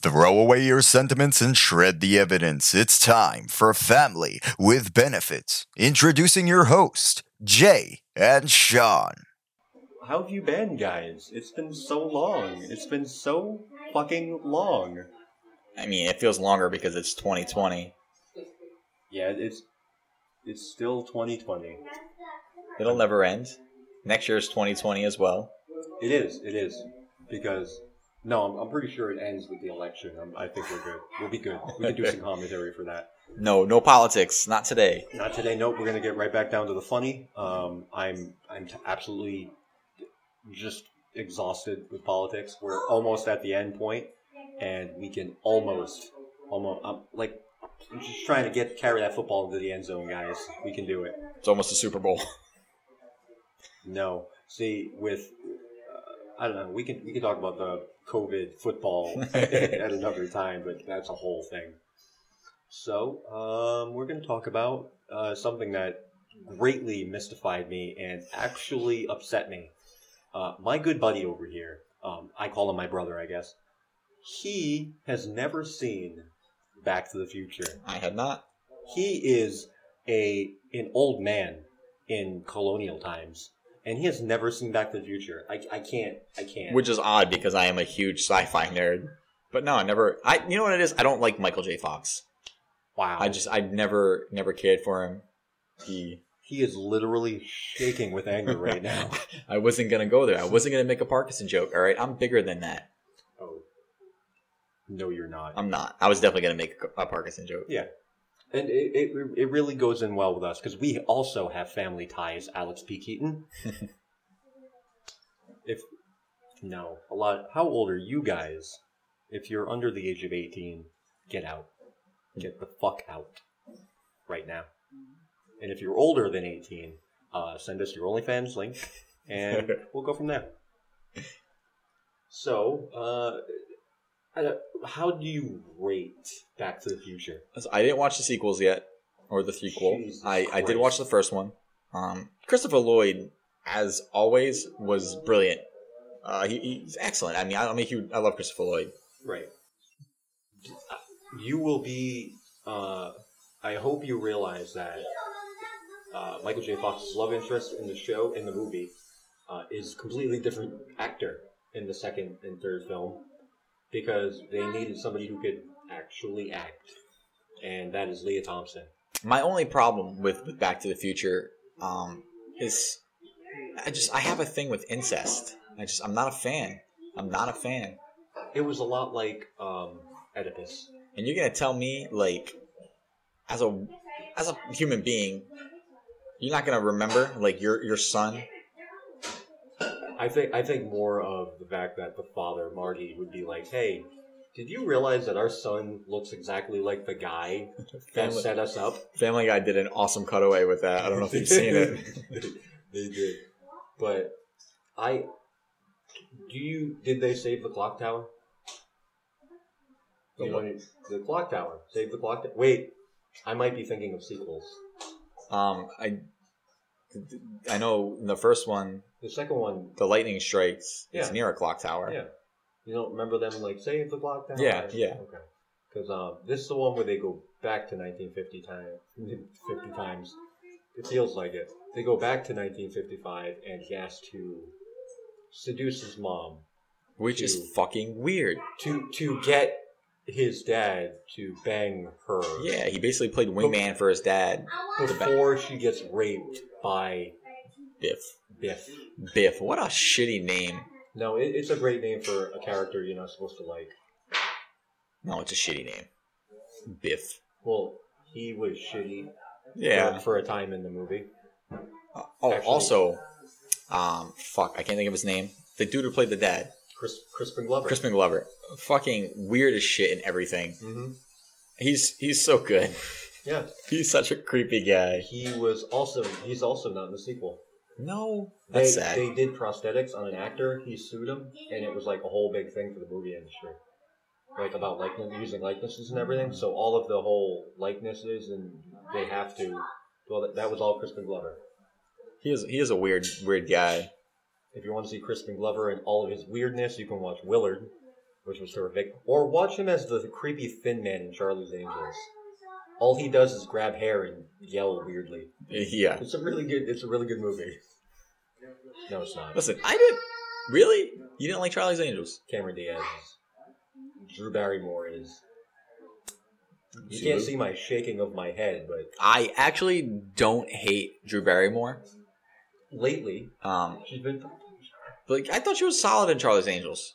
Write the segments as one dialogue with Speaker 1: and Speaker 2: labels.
Speaker 1: Throw away your sentiments and shred the evidence. It's time for Family with Benefits. Introducing your host, Jay and Sean.
Speaker 2: How have you been, guys? It's been so long. It's been so fucking long.
Speaker 3: I mean, it feels longer because it's 2020.
Speaker 2: Yeah, it's it's still 2020.
Speaker 3: It'll never end. Next year is 2020 as well.
Speaker 2: It is. It is because no, I'm, I'm pretty sure it ends with the election. I'm, I think we're good. We'll be good. We can do some commentary for that.
Speaker 3: No, no politics, not today.
Speaker 2: Not today. Nope. We're gonna get right back down to the funny. Um, I'm I'm t- absolutely just exhausted with politics. We're almost at the end point, and we can almost almost I'm, like I'm just trying to get carry that football into the end zone, guys. We can do it.
Speaker 3: It's almost a Super Bowl.
Speaker 2: No. See, with uh, I don't know. We can we can talk about the COVID football at another time, but that's a whole thing. So um, we're going to talk about uh, something that greatly mystified me and actually upset me. Uh, my good buddy over here, um, I call him my brother, I guess. He has never seen Back to the Future.
Speaker 3: I had not.
Speaker 2: He is a an old man in colonial times, and he has never seen Back to the Future. I, I can't. I can't.
Speaker 3: Which is odd because I am a huge sci-fi nerd. But no, I never. I you know what it is? I don't like Michael J. Fox.
Speaker 2: wow.
Speaker 3: I just I never never cared for him. He
Speaker 2: he is literally shaking with anger right now.
Speaker 3: I wasn't gonna go there. I wasn't gonna make a Parkinson joke. All right, I'm bigger than that.
Speaker 2: oh. No, you're not.
Speaker 3: I'm not. I was definitely gonna make a Parkinson joke.
Speaker 2: And it, it, it really goes in well with us because we also have family ties, Alex P. Keaton. if no, a lot. How old are you guys? If you're under the age of 18, get out. Get the fuck out right now. And if you're older than 18, uh, send us your OnlyFans link and we'll go from there. So, uh, I don't- how do you rate Back to the Future?
Speaker 3: So I didn't watch the sequels yet, or the sequel.
Speaker 2: Jesus
Speaker 3: I, I did
Speaker 2: Christ.
Speaker 3: watch the first one. Um, Christopher Lloyd, as always, was brilliant. Uh, he, he's excellent. I mean, I, I'm a huge. I love Christopher Lloyd.
Speaker 2: Right. You will be. Uh, I hope you realize that uh, Michael J. Fox's love interest in the show in the movie uh, is completely different actor in the second and third film because they needed somebody who could actually act, and that is Leah Thompson.
Speaker 3: My only problem with, with Back to the Future um, is I just I have a thing with incest. I just I'm not a fan. I'm not a fan.
Speaker 2: It was a lot like um, Oedipus.
Speaker 3: And you're gonna tell me like, as a as a human being, you're not gonna remember like your your son
Speaker 2: I think I think more of the fact that the father Marty would be like, "Hey, did you realize that our son looks exactly like the guy that
Speaker 3: Family-
Speaker 2: set us up?"
Speaker 3: Family Guy did an awesome cutaway with that. I don't know if you've seen it.
Speaker 2: they did, but I do you did they save the clock tower?
Speaker 3: The
Speaker 2: You
Speaker 3: what?
Speaker 2: know, the clock tower. Save the clock. tower. Wait, I might be thinking of sequels.
Speaker 3: Um, I, I know in the first one,
Speaker 2: The second one,
Speaker 3: the lightning strikes. It's
Speaker 2: Yeah.
Speaker 3: near a clock tower.
Speaker 2: Yeah. You don't remember them like save the clock tower?
Speaker 3: Yeah, yeah.
Speaker 2: Okay. Because um, this is the one where they go back to 1950 time, 50 times. It feels like it. They go back to 1955, and he has to seduce his mom
Speaker 3: which is
Speaker 2: Two.
Speaker 3: fucking weird.
Speaker 2: to to get his dad to bang her.
Speaker 3: Yeah, he basically played wingman for his dad,
Speaker 2: Before she gets raped by
Speaker 3: Biff.
Speaker 2: Biff.
Speaker 3: Biff, what a shitty name.
Speaker 2: No, it, it's a great name for a character you're not supposed to like.
Speaker 3: No, it's a shitty name. Biff.
Speaker 2: Well, he was shitty
Speaker 3: Yeah.
Speaker 2: for, for a time in the movie.
Speaker 3: Uh, Oh,
Speaker 2: Actually-
Speaker 3: also, um, fuck, I can't think of his name. The dude who played the dad,
Speaker 2: Chris, Crispin Glover.
Speaker 3: Crispin Glover, fucking weird as shit and everything.
Speaker 2: hmm
Speaker 3: He's he's so good.
Speaker 2: Yeah,
Speaker 3: He's such a creepy guy.
Speaker 2: he was also he's also not in the sequel.
Speaker 3: No,
Speaker 2: They,
Speaker 3: that's sad.
Speaker 2: They did prosthetics on an actor. He sued him, and it was like a whole big thing for the movie industry, like about like using likenesses and everything. So all of the whole likenesses and they have to. Well, that, that was all Crispin Glover.
Speaker 3: He is he is a weird weird guy.
Speaker 2: If you want to see Crispin Glover and all of his weirdness, you can watch Willard. which was terrific. Or watch him as the creepy thin man in Charlie's Angels. All he does is grab hair and yell weirdly.
Speaker 3: Yeah.
Speaker 2: It's a really good. It's a really good movie. No, it's not.
Speaker 3: Listen, I didn't. Really? You didn't like Charlie's Angels?
Speaker 2: Cameron Diaz. is. Drew Barrymore is. You
Speaker 3: She
Speaker 2: can't
Speaker 3: was-
Speaker 2: see my shaking of my head, but
Speaker 3: I actually don't hate Drew Barrymore.
Speaker 2: lately
Speaker 3: Um,
Speaker 2: she's been.
Speaker 3: but I thought she was solid in Charlie's Angels.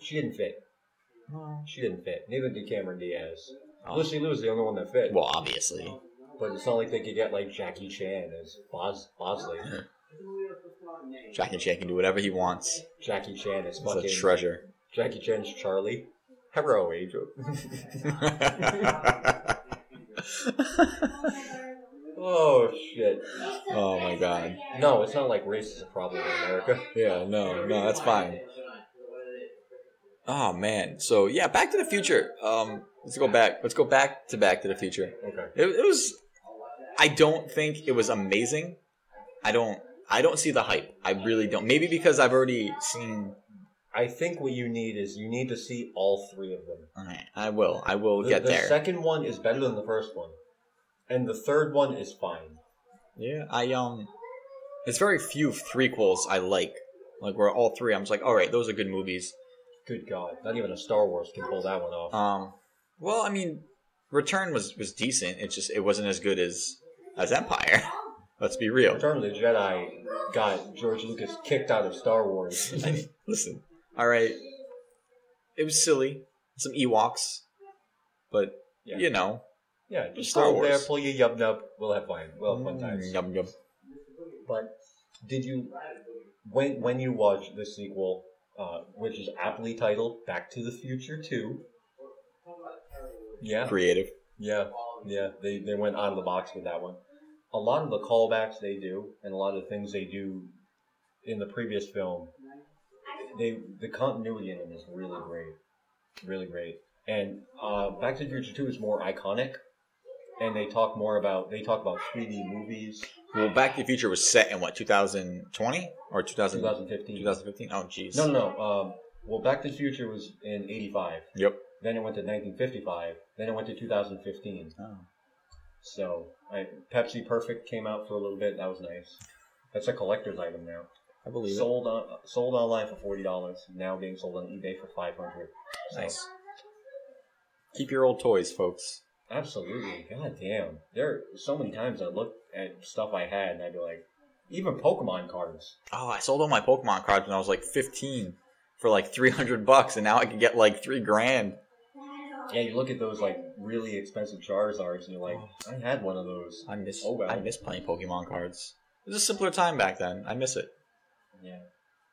Speaker 2: She didn't fit.
Speaker 3: Oh.
Speaker 2: She didn't fit. Neither did Cameron Diaz. Lucy Liu is the only one that fit.
Speaker 3: Um, Well, obviously.
Speaker 2: But it's not like they could get like Jackie Chan as Bos- Bosley.
Speaker 3: Jackie Chan can do whatever he wants.
Speaker 2: Jackie Chan as
Speaker 3: He's a
Speaker 2: fucking
Speaker 3: treasure.
Speaker 2: Jackie Chan's Charlie. Hello, Angel. oh shit!
Speaker 3: oh my god.
Speaker 2: No, it's not like race is a problem in America.
Speaker 3: Yeah, no, no, that's fine. Oh man. So yeah, Back to the Future. Um, let's go back. Let's go back to Back to the Future.
Speaker 2: Okay.
Speaker 3: It, it was. I don't think it was amazing. I don't. I don't see the hype. I really don't. Maybe because I've already seen.
Speaker 2: I think what you need is you need to see all three of them.
Speaker 3: All right, I will. I will
Speaker 2: the,
Speaker 3: get
Speaker 2: the
Speaker 3: there.
Speaker 2: second one is better than the first one, and the third one is fine.
Speaker 3: yeah, I um. It's very few threequels I like. Like where all three, I'm just like, all right, those are good movies.
Speaker 2: Good God, not even a Star Wars can pull that one off.
Speaker 3: Um, well, I mean, Return was was decent. It just it wasn't as good as as Empire. Let's be real.
Speaker 2: Return of the Jedi got George Lucas kicked out of Star Wars.
Speaker 3: I mean, listen, all right, it was silly. Some Ewoks, but
Speaker 2: Yeah.
Speaker 3: you know,
Speaker 2: Yeah, just
Speaker 3: Star
Speaker 2: Star Wars. there,
Speaker 3: Wars. Mm,
Speaker 2: pull your yub nub. We'll have fun. We'll have fun times.
Speaker 3: Yum, yum.
Speaker 2: But did you when when you watched the sequel, uh, which is aptly titled Back to the Future Two? Yeah,
Speaker 3: creative.
Speaker 2: yeah, yeah. They they went out of the box with that one. A lot of the callbacks they do, and a lot of the things they do in the previous film, they the continuity in them is really great, really great. And uh, Back to the Future Two is more iconic, and they talk more about they talk about 3D movies,
Speaker 3: Well, Back to the Future was set in what 2020 or 2000,
Speaker 2: 2015.
Speaker 3: 2015? Oh, jeez.
Speaker 2: No, no, no. Um, well, Back to the Future was in 85.
Speaker 3: Yep.
Speaker 2: Then it went to 1955. Then it went to 2015.
Speaker 3: Oh.
Speaker 2: So I, Pepsi Perfect came out for a little bit. That was nice. That's a collector's item now.
Speaker 3: I believe
Speaker 2: Sold on, sold online for forty dollars. Now being sold on eBay for five hundred.
Speaker 3: it. Nice. Keep your old toys, folks.
Speaker 2: Absolutely. God damn. There so many times I looked at stuff I had and I'd be like, even Pokemon cards.
Speaker 3: Oh, I sold all my Pokemon cards when I was like 15 for like 300 bucks, and now I can get like three grand.
Speaker 2: Yeah, you look at those like really expensive Charizards and you're like,
Speaker 3: Oh.
Speaker 2: I had one of those.
Speaker 3: I miss.
Speaker 2: Oh, wow.
Speaker 3: I miss playing Pokemon cards. It was a simpler time back then. I miss it.
Speaker 2: Yeah.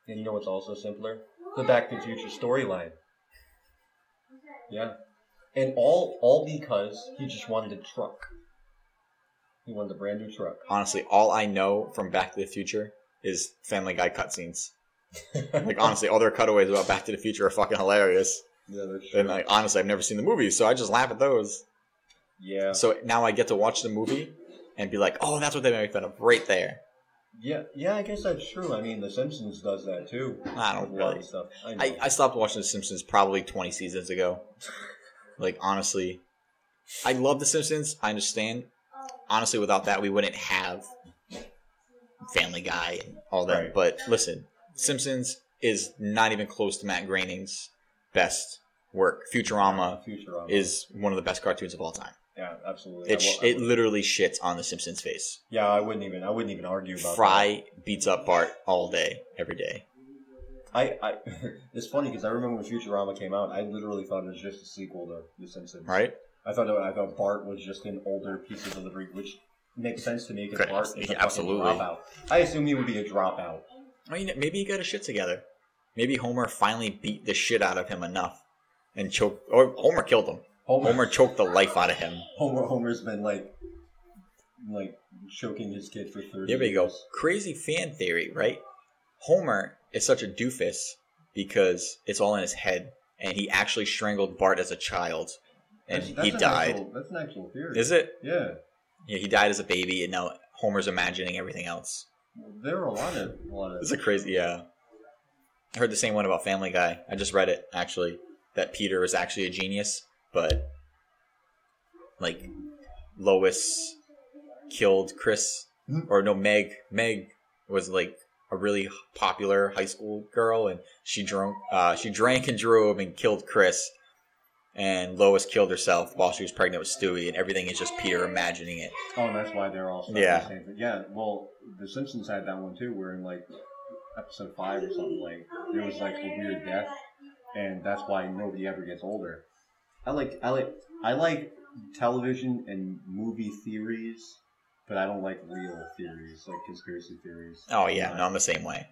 Speaker 2: And you know what's also simpler? The Back to the Future storyline. Yeah. And all all because he just wanted a truck. He wanted a brand new truck.
Speaker 3: Honestly, all I know from Back to the Future is Family Guy cutscenes. Like honestly, all their cutaways about Back to the Future are fucking hilarious.
Speaker 2: yeah, that's
Speaker 3: And like honestly, I've never seen the movie, so I just laugh at those.
Speaker 2: yeah.
Speaker 3: So now I get to watch the movie and be like, oh, that's what they make fun of right there.
Speaker 2: Yeah, yeah, I guess that's true. I mean The Simpsons does that too.
Speaker 3: I don't
Speaker 2: With a lot of
Speaker 3: really.
Speaker 2: stuff. I, know.
Speaker 3: I, I stopped watching The Simpsons probably 20 seasons ago. Like, honestly, I love The Simpsons. I understand. Honestly, without that, we wouldn't have Family Guy and all that.
Speaker 2: Right.
Speaker 3: But listen, Simpsons is not even close to Matt Groening's best work. Futurama
Speaker 2: Futurama.
Speaker 3: is one of the best cartoons of all time.
Speaker 2: yeah, absolutely.
Speaker 3: It,
Speaker 2: I
Speaker 3: sh-
Speaker 2: wo- I
Speaker 3: it
Speaker 2: would-
Speaker 3: literally shits on The Simpsons face.
Speaker 2: yeah, I wouldn't even I wouldn't even argue about that.
Speaker 3: Fry beats up Bart all day, every day.
Speaker 2: I, I it's funny because I remember when Futurama came out, I literally thought it was just a sequel to The Simpsons.
Speaker 3: Right?
Speaker 2: I thought I thought Bart was just an older piece of delivery, which makes sense to me because
Speaker 3: Correct.
Speaker 2: Bart is a fucking
Speaker 3: Absolutely.
Speaker 2: dropout. I assume he would be a dropout.
Speaker 3: I mean, maybe he got his shit together. Maybe Homer finally beat the shit out of him enough and choked, or Homer killed him.
Speaker 2: Homer,
Speaker 3: Homer
Speaker 2: Homer,
Speaker 3: choked the life out of him.
Speaker 2: Homer has been like, like choking his kid for thirty.
Speaker 3: There we go.
Speaker 2: years.
Speaker 3: Crazy fan theory, right? Homer is such a doofus because it's all in his head, and he actually strangled Bart as a child, and
Speaker 2: That's- that's
Speaker 3: he
Speaker 2: an
Speaker 3: died.
Speaker 2: actual- that's an actual theory.
Speaker 3: Is it?
Speaker 2: Yeah,
Speaker 3: Yeah, he died as a baby, and now Homer's imagining everything else.
Speaker 2: there are a lot of a lot
Speaker 3: It's
Speaker 2: of.
Speaker 3: a crazy, yeah. I heard the same one about Family Guy. I just read it actually. that Peter is actually a genius, but like Lois killed Chris
Speaker 2: Hmm.
Speaker 3: or no Meg. Meg was like a really popular high school girl, and she drunk. Uh, she drank and drove and killed Chris. And Lois killed herself while she was pregnant with Stewie, and everything is just Peter imagining it.
Speaker 2: Oh, that's why they're all stuck
Speaker 3: Yeah.
Speaker 2: in the same thing. Yeah, well, The Simpsons had that one too, where in like episode five or something, like there was like a weird death, and that's why nobody ever gets older. I like I like I like television and movie theories, but I don't like real theories, like conspiracy theories.
Speaker 3: Oh yeah, no, I'm the same way.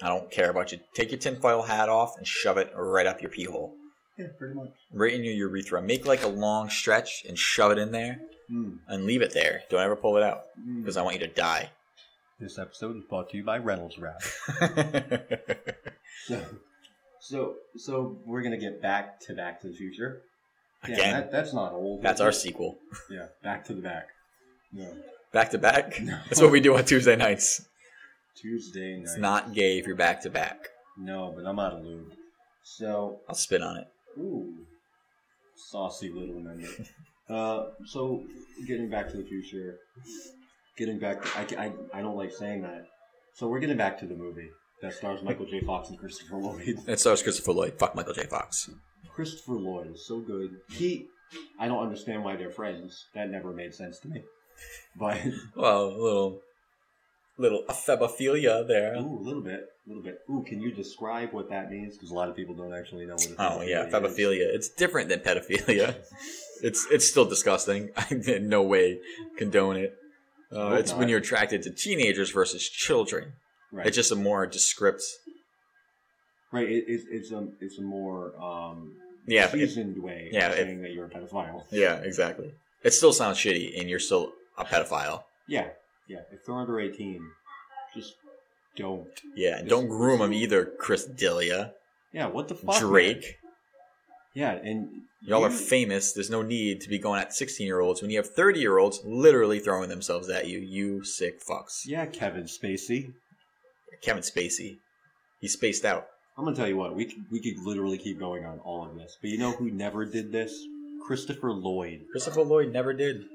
Speaker 3: I don't care about you. Take your tinfoil hat off and shove it right up your pee hole,
Speaker 2: Yeah, pretty much.
Speaker 3: right in your urethra. Make like a long stretch and shove it in there,
Speaker 2: Mm,
Speaker 3: and leave it there. Don't ever pull it out
Speaker 2: mm.
Speaker 3: because I want you to die.
Speaker 2: This episode is brought to you by Reynolds Wrap. So, so, so we're gonna get back to Back to the Future. Yeah,
Speaker 3: Again.
Speaker 2: that, that's not old. is
Speaker 3: That's
Speaker 2: it?
Speaker 3: our sequel.
Speaker 2: Yeah, back to the back. No,
Speaker 3: Back to back.
Speaker 2: No.
Speaker 3: That's what we do on Tuesday nights.
Speaker 2: Tuesday night.
Speaker 3: It's not gay if you're back to back.
Speaker 2: No, but I'm out of lube. So,
Speaker 3: I'll spit on it.
Speaker 2: ooh, saucy little member. uh, so getting back to the future, getting back. I, ca- I, I don't like saying that. So we're getting back to the movie that stars Michael J. Fox and Christopher Lloyd.
Speaker 3: It stars Christopher Lloyd. Fuck Michael J. Fox.
Speaker 2: Christopher Lloyd is so good. He, I don't understand why they're friends. That never made sense to me. But
Speaker 3: Well, a little, little ephebophilia there.
Speaker 2: ooh, a little bit, a little bit. Ooh, can you describe what that means? Because a lot of people don't actually know what. a
Speaker 3: Oh yeah,
Speaker 2: is.
Speaker 3: ephebophilia. It's different than pedophilia. It's it's still disgusting. I in no way condone it. Uh,
Speaker 2: Hope
Speaker 3: it's when
Speaker 2: not.
Speaker 3: you're attracted to teenagers versus children.
Speaker 2: Right,
Speaker 3: It's just a more descript.
Speaker 2: right. It, it's it's a it's a more um,
Speaker 3: Yeah, it-
Speaker 2: seasoned way
Speaker 3: yeah,
Speaker 2: of
Speaker 3: it-
Speaker 2: saying that you're a pedophile.
Speaker 3: yeah, exactly. It still sounds shitty, and you're still a pedophile.
Speaker 2: Yeah, yeah. If they're under eighteen, just don't.
Speaker 3: Yeah, and
Speaker 2: This-
Speaker 3: don't groom them either, Chris D'Elia,
Speaker 2: Yeah, what the fuck, man?
Speaker 3: Drake.
Speaker 2: Yeah, and
Speaker 3: Y'all are
Speaker 2: you-
Speaker 3: famous. There's no need to be going at 16 year olds when you have 30 year olds literally throwing themselves at you. You sick fucks.
Speaker 2: Yeah, Kevin Spacey.
Speaker 3: Kevin Spacey, he's spaced out.
Speaker 2: I'm gonna tell you what we could, we could literally keep going on all of this, but you know who never did this? Christopher Lloyd.
Speaker 3: Christopher Lloyd never did.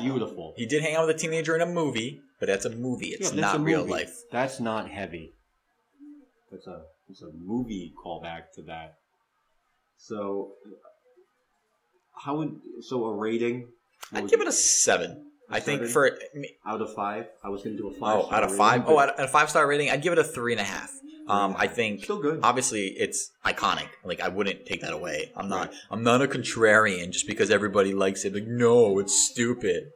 Speaker 2: Beautiful.
Speaker 3: He did hang out with a teenager in a movie, but that's a movie.
Speaker 2: Yeah,
Speaker 3: It's
Speaker 2: that's a
Speaker 3: not real
Speaker 2: movie.
Speaker 3: life.
Speaker 2: That's not heavy. That's a it's a movie callback to that. So how would so a rating? What
Speaker 3: I'd
Speaker 2: would
Speaker 3: give it
Speaker 2: you-
Speaker 3: a seven. I think
Speaker 2: seven?
Speaker 3: for
Speaker 2: out of five. I was gonna do a five.
Speaker 3: oh
Speaker 2: star
Speaker 3: out of
Speaker 2: rating,
Speaker 3: five
Speaker 2: but
Speaker 3: oh out of five star rating, I'd give it a three and a half. Um, I think
Speaker 2: still good.
Speaker 3: obviously it's iconic. Like I wouldn't take that away. I'm not. I'm not a contrarian just because everybody likes it. Like no, it's stupid.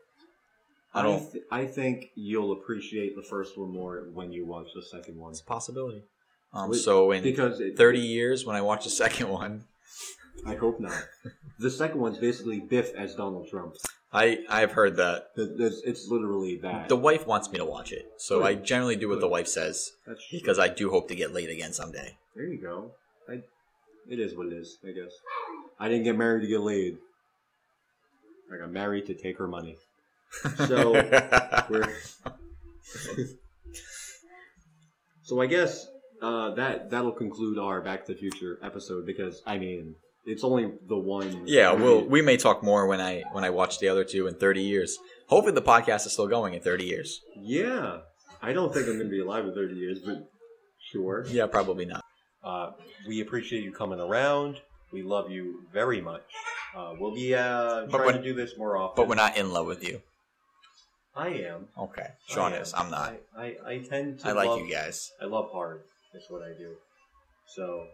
Speaker 3: I don't.
Speaker 2: th- I think you'll appreciate the first one more when you watch the second one
Speaker 3: It's a possibility. Um,
Speaker 2: Wait,
Speaker 3: so in
Speaker 2: because it,
Speaker 3: 30 years, when I watch the second one,
Speaker 2: I hope not. the second one's basically Biff as Donald Trump.
Speaker 3: I I've heard that
Speaker 2: Th- there's- It's literally that.
Speaker 3: the wife wants me to watch it, so I generally do what the
Speaker 2: Good.
Speaker 3: wife says
Speaker 2: That's true.
Speaker 3: because I do hope to get laid again someday.
Speaker 2: there you go. I, it is what it is, I guess. I didn't get married to get laid. I got married to take her money. So, We're- so I guess uh, that that'll conclude our Back to the Future episode because I mean it's only the one.
Speaker 3: yeah, we'll we may talk more when I when I watch the other two in 30 years. Hopefully, the podcast is still going in 30 years.
Speaker 2: Yeah, I don't think I'm gonna be alive in 30 years, but sure.
Speaker 3: Yeah, probably not.
Speaker 2: Uh, we appreciate you coming around. We love you very much. Uh, we'll be uh,
Speaker 3: But
Speaker 2: trying
Speaker 3: when-
Speaker 2: to do this more often.
Speaker 3: But we're not in love with you.
Speaker 2: I am.
Speaker 3: Okay, Sean
Speaker 2: I am.
Speaker 3: is. I'm not.
Speaker 2: I, I, I tend to.
Speaker 3: I like
Speaker 2: love,
Speaker 3: you guys.
Speaker 2: I love hard. That's what I do. So,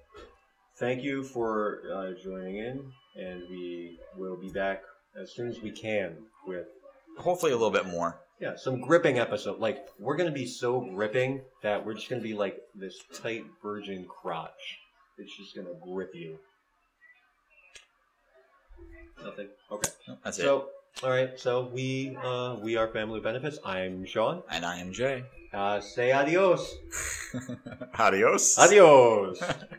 Speaker 2: thank you for uh, joining in, and we will be back as soon as we can with
Speaker 3: Hopefully, a little bit more.
Speaker 2: yeah some gripping episode. Like we're gonna be so gripping that we're just gonna be like this tight virgin crotch. It's just gonna grip you. Nothing. Okay.
Speaker 3: That's it.
Speaker 2: so. All right, so we uh, we are Family Benefits. I'm Sean.
Speaker 3: And I am Jay.
Speaker 2: Uh, say adios.
Speaker 3: Adios.
Speaker 2: Adios.